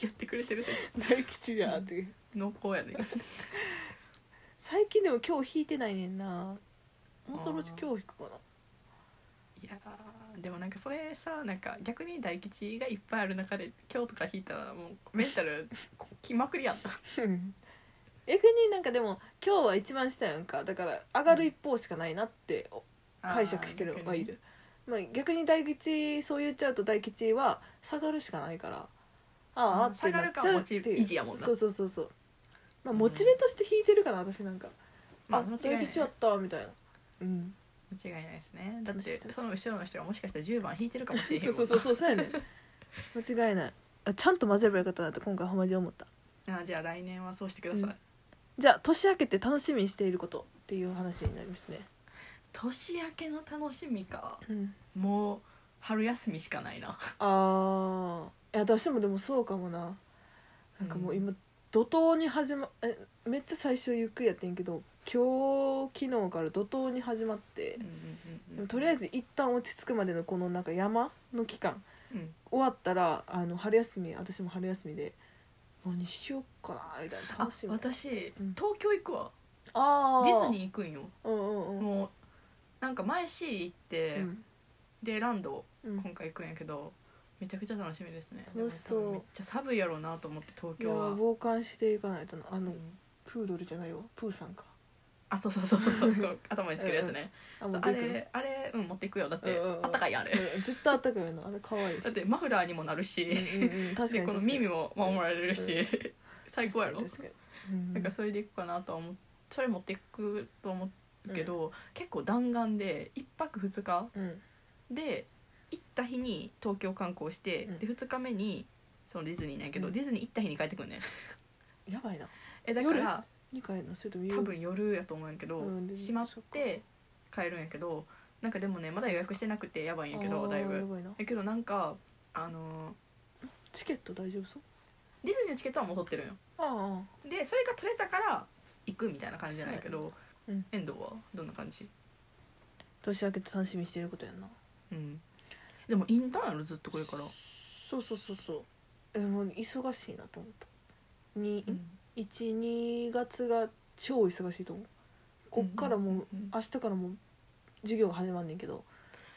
Speaker 2: やってくれてる説
Speaker 1: 大吉やっていう
Speaker 2: 濃厚やね
Speaker 1: 最近でも今日引いてないねんなもうそのうち
Speaker 2: あー
Speaker 1: 今日引くかない
Speaker 2: やーでもなんかそれさなんか逆に大吉がいっぱいある中で今日とか引いたらもうメンタルこきまくりやんな
Speaker 1: うん逆になんかでも今日は一番下やんかだから上がる一方しかないなって [laughs] 解釈してるはいるまあ、逆に大吉そう言っちゃうと大吉は下がるしかないからああ
Speaker 2: うん
Speaker 1: ってなっちゃうっていう
Speaker 2: 下がるかはモチ維持やもんな
Speaker 1: そうそうそうそうまあ
Speaker 2: うん
Speaker 1: モチベとして引いてるかな私なんか、
Speaker 2: まあ
Speaker 1: あ
Speaker 2: 間違いな
Speaker 1: 大
Speaker 2: い
Speaker 1: 吉やったみたいなうん
Speaker 2: 間違いないですねだってその後ろの人がもしかしたら10番引いてるかもしれへん
Speaker 1: そうそうそうそうそうやね [laughs] 間違いないあちゃんと混ぜればよかったなと今回ほんまに思った
Speaker 2: あじゃあ来年はそうしてください、
Speaker 1: うんじゃあ年明けて楽しみにしていることっていう話になりますね
Speaker 2: 年明けの楽しみか
Speaker 1: うん
Speaker 2: もう春休みしかないな
Speaker 1: あーいやどうしてもでもそうかもななんかもう今、怒涛に始まえめっちゃ最初ゆっくりやってんけど今日昨日から怒涛に始まって
Speaker 2: うん、うんうん
Speaker 1: で
Speaker 2: う
Speaker 1: も
Speaker 2: ん
Speaker 1: とりあえ、ず一旦落ち着くまでのこのなんか山の期間
Speaker 2: うん、
Speaker 1: 終わったらあの春休み私も春休みで何しようかなみたいな
Speaker 2: あ
Speaker 1: 楽しみ
Speaker 2: 私、
Speaker 1: うん
Speaker 2: 東京行くわ
Speaker 1: あ
Speaker 2: デ
Speaker 1: ー
Speaker 2: ィズニー行くんよ
Speaker 1: うんうんうん
Speaker 2: もうなんか前 C 行って、
Speaker 1: うん
Speaker 2: でランド
Speaker 1: うん
Speaker 2: 今回行くんやけどめちゃくちゃ楽しみですね
Speaker 1: 楽しそう
Speaker 2: でも多分めっちゃ寒いやろうなと思って東
Speaker 1: いや
Speaker 2: 京は
Speaker 1: 傍観していかないとなあ
Speaker 2: う
Speaker 1: の
Speaker 2: ん
Speaker 1: プードルじゃないわプーさんか
Speaker 2: あそうそうそうそうそうこう頭につけるやつね
Speaker 1: あ
Speaker 2: そう
Speaker 1: もう
Speaker 2: あ
Speaker 1: 出てくる
Speaker 2: れあれうん持っていくよだって
Speaker 1: うんうんうん
Speaker 2: あったかいやんあれ
Speaker 1: うん絶対あったかいよなあれ可愛いし
Speaker 2: だってマフラーにもなるし
Speaker 1: うんうんうん確か
Speaker 2: で
Speaker 1: に確か
Speaker 2: この
Speaker 1: に
Speaker 2: 耳も守られる
Speaker 1: う
Speaker 2: し [laughs] 最高やろ
Speaker 1: 確かにうん
Speaker 2: なんかそれで行くかなとは思うそれ持っていくと思うけど結構弾丸で1泊2日
Speaker 1: うん
Speaker 2: で行った日に東京観光して
Speaker 1: うん
Speaker 2: で2日目にそのディズニーなんやけど、
Speaker 1: うん
Speaker 2: ディズニー行った日に帰ってくんねん
Speaker 1: やばいな
Speaker 2: えだから
Speaker 1: 2回のそれとも夕
Speaker 2: 多分夜やと思うんやけど、
Speaker 1: うんでも
Speaker 2: 閉まっ
Speaker 1: そっか
Speaker 2: て帰るんやけどなんかでもねまだ予約してなくてやばいんやけ
Speaker 1: あ
Speaker 2: ど
Speaker 1: ー
Speaker 2: だい
Speaker 1: や
Speaker 2: ぶ
Speaker 1: ばいな
Speaker 2: やけどなんかあのー
Speaker 1: チケット大丈夫そう
Speaker 2: ディズニーのチケットはもう取ってるんよ
Speaker 1: あ
Speaker 2: でそれが取れたから行くみたいな感じじゃないけど、
Speaker 1: そうやね
Speaker 2: 遠藤はどんな感じ
Speaker 1: あ年明けて楽しみにしてることやんな
Speaker 2: うんでもインターンやろずっとこれから、
Speaker 1: そうそうそうそうえもう忙しいなと思ったに12月が超忙しいと思うこっからもう、
Speaker 2: うん
Speaker 1: 明日からもう授業が始まんねんけど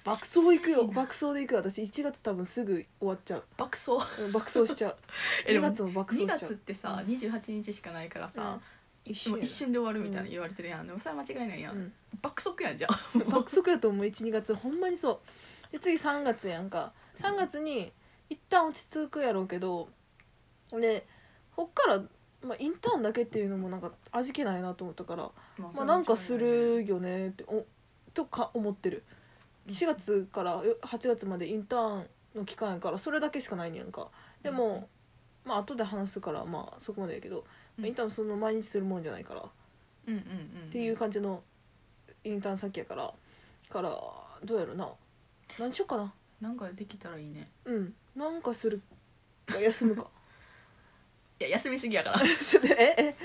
Speaker 1: 爆走行くよ
Speaker 2: きついな
Speaker 1: 爆走で行くよ私1月多分すぐ終わっちゃう
Speaker 2: 爆走
Speaker 1: うん爆走しちゃう
Speaker 2: [laughs] えで
Speaker 1: 2
Speaker 2: も
Speaker 1: 月も爆
Speaker 2: 2
Speaker 1: 走しちゃ
Speaker 2: 月っ
Speaker 1: う
Speaker 2: てさ、28日しかないからさ、
Speaker 1: うん一瞬
Speaker 2: もう
Speaker 1: や
Speaker 2: 一瞬で終わるみたいな
Speaker 1: うん
Speaker 2: 言われてるやん、でもそれは間違いないやん、
Speaker 1: うん
Speaker 2: 爆速やんじゃ
Speaker 1: 爆速やと思う12月ほんまにそうで次3月やんか3月に一旦落ち着くやろうけどでほっから、まあ、インターンだけっていうのもなんか味気ないなと思ったから、
Speaker 2: ん、ま
Speaker 1: まあ、なんかするよねっておとか思ってる4月からよ8月までインターンの期間やからそれだけしかないねやんかでも、まあ後で話すからまあそこまでやけど、
Speaker 2: うん
Speaker 1: インターンその毎日するもんじゃないから
Speaker 2: うんうんうんうん、
Speaker 1: っていう感じのインターン先やからからどうやろな何しようかな
Speaker 2: なんかできたらいいね
Speaker 1: うんなんかするか休
Speaker 2: [laughs]
Speaker 1: むか [laughs]
Speaker 2: いや休みすぎやから
Speaker 1: ちょっとええ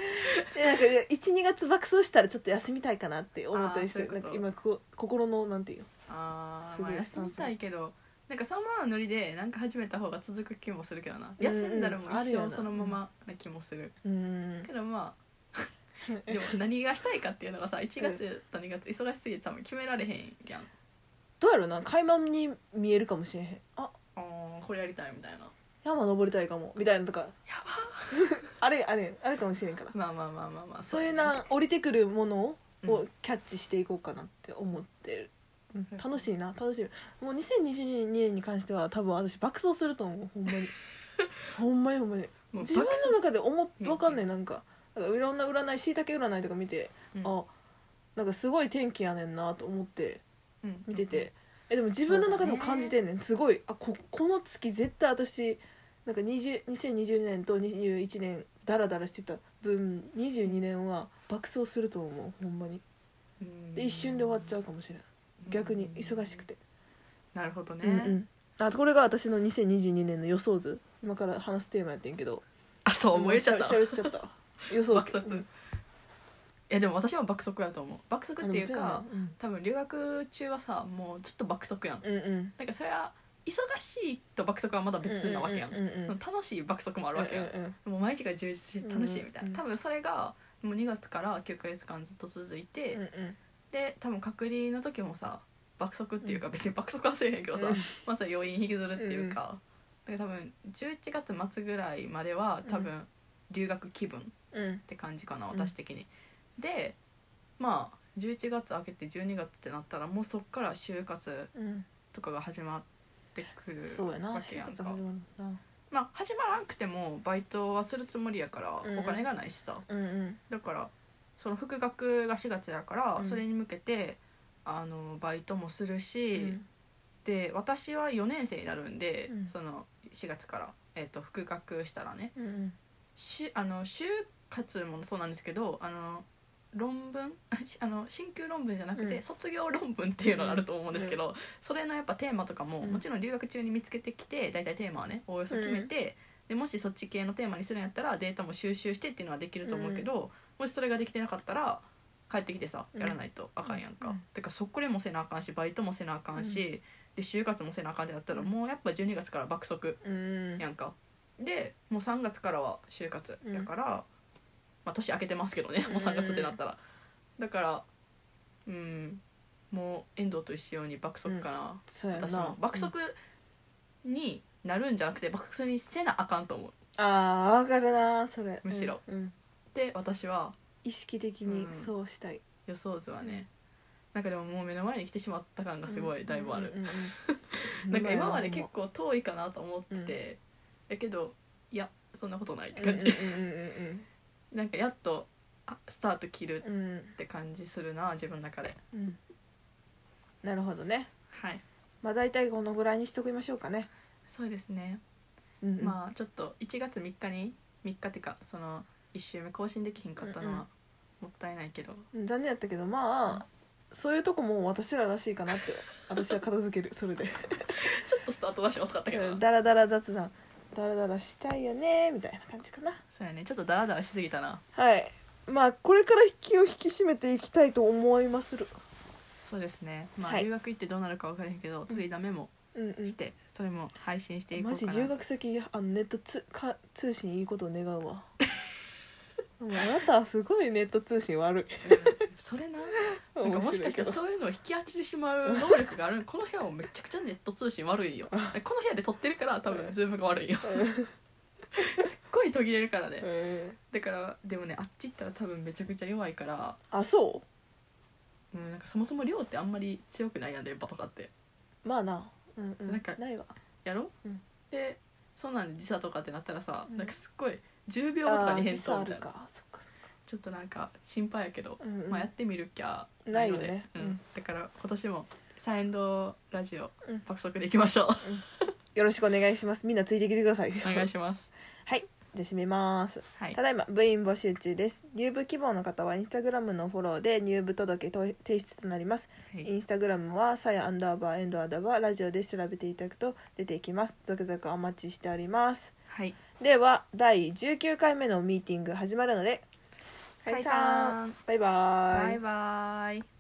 Speaker 1: えなんか12月爆走したらちょっと休みたいかなって思ったりする
Speaker 2: あーそういう
Speaker 1: なん
Speaker 2: こ
Speaker 1: か
Speaker 2: と
Speaker 1: 今こ心のなんていうの
Speaker 2: あー
Speaker 1: すご
Speaker 2: まあ
Speaker 1: い
Speaker 2: 休みたいけどなんかそのままのノリでなんか始めた方が続く気もするけどな休んだらもう
Speaker 1: ある
Speaker 2: 一
Speaker 1: よ
Speaker 2: 生
Speaker 1: な
Speaker 2: そのままな気もする、
Speaker 1: うーん
Speaker 2: けどまあでも何がしたいかっていうのがさ1月と2月忙しすぎて多分決められへんやん
Speaker 1: どうやろな海満に見えるかもしれへんあ
Speaker 2: あーこれやりたいみたいな
Speaker 1: 山登りたいかもみたいなとかやばあれあれあれかもしれんから
Speaker 2: まあまあまあまあまあ
Speaker 1: そういう
Speaker 2: やね
Speaker 1: な降りてくるもの
Speaker 2: う
Speaker 1: を
Speaker 2: ん
Speaker 1: キャッチしていこうかなって思ってる、うん
Speaker 2: うん
Speaker 1: 楽しいな楽しいもう2022年に関しては多分私爆走すると思うほんま
Speaker 2: [laughs]
Speaker 1: にほんまにほんまに
Speaker 2: もう
Speaker 1: 自分
Speaker 2: 爆
Speaker 1: の中で思っ
Speaker 2: うん
Speaker 1: わかんないなんかなんかいろんな占いしいたけ占いとか見て、
Speaker 2: うん
Speaker 1: あなんかすごい天気やねんなと思って
Speaker 2: うん
Speaker 1: 見てて、えでも自分の中でも感じてんねんすごいあここの月絶対私なんか20 2020年と21年ダラダラしてた分22年は爆走すると思うほんまに
Speaker 2: うん
Speaker 1: で一瞬で終わっちゃうかもしれない逆に忙しくて、
Speaker 2: なるほどね、
Speaker 1: うんうんあこれが私の2022年の予想図今から話すテーマやってんけど
Speaker 2: あそうもう言っちゃった
Speaker 1: しゃべっちゃった予想
Speaker 2: 爆
Speaker 1: 図
Speaker 2: 速、いやでも私も爆速やと思う爆速っていうか
Speaker 1: うん
Speaker 2: 多分留学中はさもうずっと爆速やん
Speaker 1: あでもそうやなうんうん
Speaker 2: なんかそれは忙しいと爆速はまだ別なわけやん,、
Speaker 1: うんうんうん
Speaker 2: 楽しい爆速もあるわけやん、
Speaker 1: うんうん
Speaker 2: もう毎日が充実して楽しいみたいな、
Speaker 1: うん
Speaker 2: 多分それがもう2月から9ヶ月間ずっと続いて、
Speaker 1: うんうん
Speaker 2: で多分隔離の時もさ爆速っていうか別に爆速はせえへんけどさ、
Speaker 1: うん
Speaker 2: まあそれ要因引きずるっていうか、だから多分11月末ぐらいまでは多分留学気分
Speaker 1: うん
Speaker 2: って感じかな
Speaker 1: うん
Speaker 2: 私的に、でまあ11月明けて12月ってなったらもうそっから就活
Speaker 1: うん
Speaker 2: とかが始まってくる
Speaker 1: そうやな
Speaker 2: わけ
Speaker 1: 就
Speaker 2: やん
Speaker 1: 活始
Speaker 2: か
Speaker 1: まるな
Speaker 2: まあ始まらんくてもバイトはするつもりやから
Speaker 1: うんうん
Speaker 2: お金がないしさ、
Speaker 1: うんうん
Speaker 2: だからその復学が4月やから、
Speaker 1: うん
Speaker 2: それに向けてあのバイトもするし、
Speaker 1: うん
Speaker 2: で私は4年生になるんで、
Speaker 1: うん
Speaker 2: その4月から、えっと復学したらね
Speaker 1: うんうん
Speaker 2: しあの就活もそうなんですけどあの論文 [laughs] あの進級論文じゃなくて、
Speaker 1: うん
Speaker 2: 卒業論文っていうのがあると思うんですけど、それのやっぱテーマとかも、
Speaker 1: うん
Speaker 2: もちろん留学中に見つけてきて大体テーマはねおおよそ決めて、でもしそっち系のテーマにするんやったらデータも収集してっていうのはできると思うけど、もしそれができてなかったら帰ってきてさ
Speaker 1: うん
Speaker 2: やらないとあかんやんか。
Speaker 1: うん
Speaker 2: てかそこでもせなあかんしバイトもせなあかんし、で就活もせなあかんってやったらもうやっぱ12月から爆速。
Speaker 1: うん
Speaker 2: やんかでもう3月からは就活
Speaker 1: うん
Speaker 2: やから、まあ年明けてますけどね
Speaker 1: うん
Speaker 2: もう3月ってなったら、だからうんもう遠藤と一緒に爆速かな、
Speaker 1: そうや
Speaker 2: 私も
Speaker 1: な
Speaker 2: 爆速になるんじゃなくて爆速にせなあかんと思う
Speaker 1: あーわかるなそれ
Speaker 2: むしろ、
Speaker 1: うんうん
Speaker 2: で私は
Speaker 1: 意識的に
Speaker 2: うん
Speaker 1: そうしたい、
Speaker 2: 予想図はねなんかでももう目の前に来てしまった感がすごいだいぶある、
Speaker 1: うんうんうん
Speaker 2: [laughs] なんか今まで結構遠いかなと思ってて、だけどいやそんなことないって感じ、
Speaker 1: うんうんうん
Speaker 2: なんかやっとあスタート切る
Speaker 1: うんうん
Speaker 2: って感じするな自分の中で
Speaker 1: うんうんなるほどね
Speaker 2: はい
Speaker 1: まあ大体このぐらいにしときましょうかね
Speaker 2: そうですね
Speaker 1: うんうん
Speaker 2: まあちょっと1月3日に3日っていうかその1週目更新できひんかったの
Speaker 1: うんう
Speaker 2: はもったいないけど、
Speaker 1: うん残念やったけどまあそういうとこも私ららしいかなって私は片付けるそれで
Speaker 2: ちょっとスタートダッシュ遅かったけど、
Speaker 1: うんダラダラ雑談ダラダラしたいよねみたいな感じかな
Speaker 2: そうやねちょっとダラダラしすぎたな
Speaker 1: はいまあこれから気を引き締めていきたいと思いまする
Speaker 2: そうですねまあ、
Speaker 1: はい
Speaker 2: 留学行ってどうなるか分からへんけど取りだめも
Speaker 1: うんうん
Speaker 2: して、それも配信してい
Speaker 1: マ
Speaker 2: こうか
Speaker 1: ジ
Speaker 2: な
Speaker 1: 留学先あのネットつか通信いいことを願うわ [laughs] もうあなたはすごいネット通信悪い
Speaker 2: うんそれななん
Speaker 1: 面
Speaker 2: かもし
Speaker 1: 白
Speaker 2: か
Speaker 1: い
Speaker 2: した
Speaker 1: け
Speaker 2: ら
Speaker 1: ど
Speaker 2: そういうのを引き当ててしまう能力があるこの部屋もめちゃくちゃネット通信悪いよこの部屋で撮ってるから多
Speaker 1: う
Speaker 2: 分
Speaker 1: ん
Speaker 2: ズームが悪いよすっごい途切れるからね
Speaker 1: うんうん
Speaker 2: だからでもねあっち行ったら多分めちゃくちゃ弱いから、
Speaker 1: あそ
Speaker 2: うん、なんかそもそも量ってあんまり強くないやん電波とかって
Speaker 1: うまあなうんうん
Speaker 2: なんか
Speaker 1: ないわ
Speaker 2: やろ、
Speaker 1: うん
Speaker 2: でそんなんで時差とかってなったらさ、
Speaker 1: うん
Speaker 2: なんかすっごい10秒とか
Speaker 1: あ
Speaker 2: に
Speaker 1: ー
Speaker 2: 返
Speaker 1: 時差
Speaker 2: 答
Speaker 1: あ
Speaker 2: みた
Speaker 1: る
Speaker 2: いな
Speaker 1: かそっかそ
Speaker 2: ちょっとなんか心配やけど、
Speaker 1: っかうんうん
Speaker 2: まあやってみるきゃ
Speaker 1: ないよ
Speaker 2: ので
Speaker 1: ね
Speaker 2: う
Speaker 1: うんん、
Speaker 2: だから今年もサイエンドラジオ
Speaker 1: うん
Speaker 2: 爆速でいきまし
Speaker 1: [laughs]
Speaker 2: ょう、
Speaker 1: よろしくお願いしますみんなついてきてください
Speaker 2: お願いします
Speaker 1: はいじゃあ閉めます
Speaker 2: はい
Speaker 1: ただいま部員募集中です入部希望の方はインスタグラムのフォローで入部届と提出となります
Speaker 2: はい
Speaker 1: インスタグラムはさやアンダーバーエンドアンダーバーラジオで調べていただくと出てきます続々お待ちしております
Speaker 2: はい
Speaker 1: では第19回目のミーティング始まるので
Speaker 2: 解散
Speaker 1: バイバーイ
Speaker 2: バイバイ